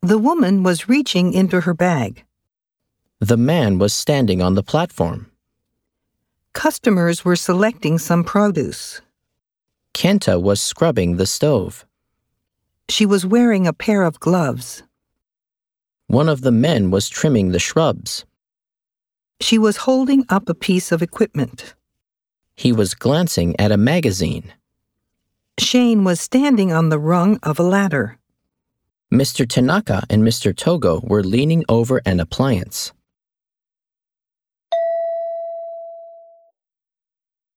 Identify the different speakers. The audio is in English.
Speaker 1: The woman was reaching into her bag.
Speaker 2: The man was standing on the platform.
Speaker 1: Customers were selecting some produce.
Speaker 2: Kenta was scrubbing the stove.
Speaker 1: She was wearing a pair of gloves.
Speaker 2: One of the men was trimming the shrubs.
Speaker 1: She was holding up a piece of equipment.
Speaker 2: He was glancing at a magazine.
Speaker 1: Shane was standing on the rung of a ladder.
Speaker 2: Mr. Tanaka and Mr. Togo were leaning over an appliance.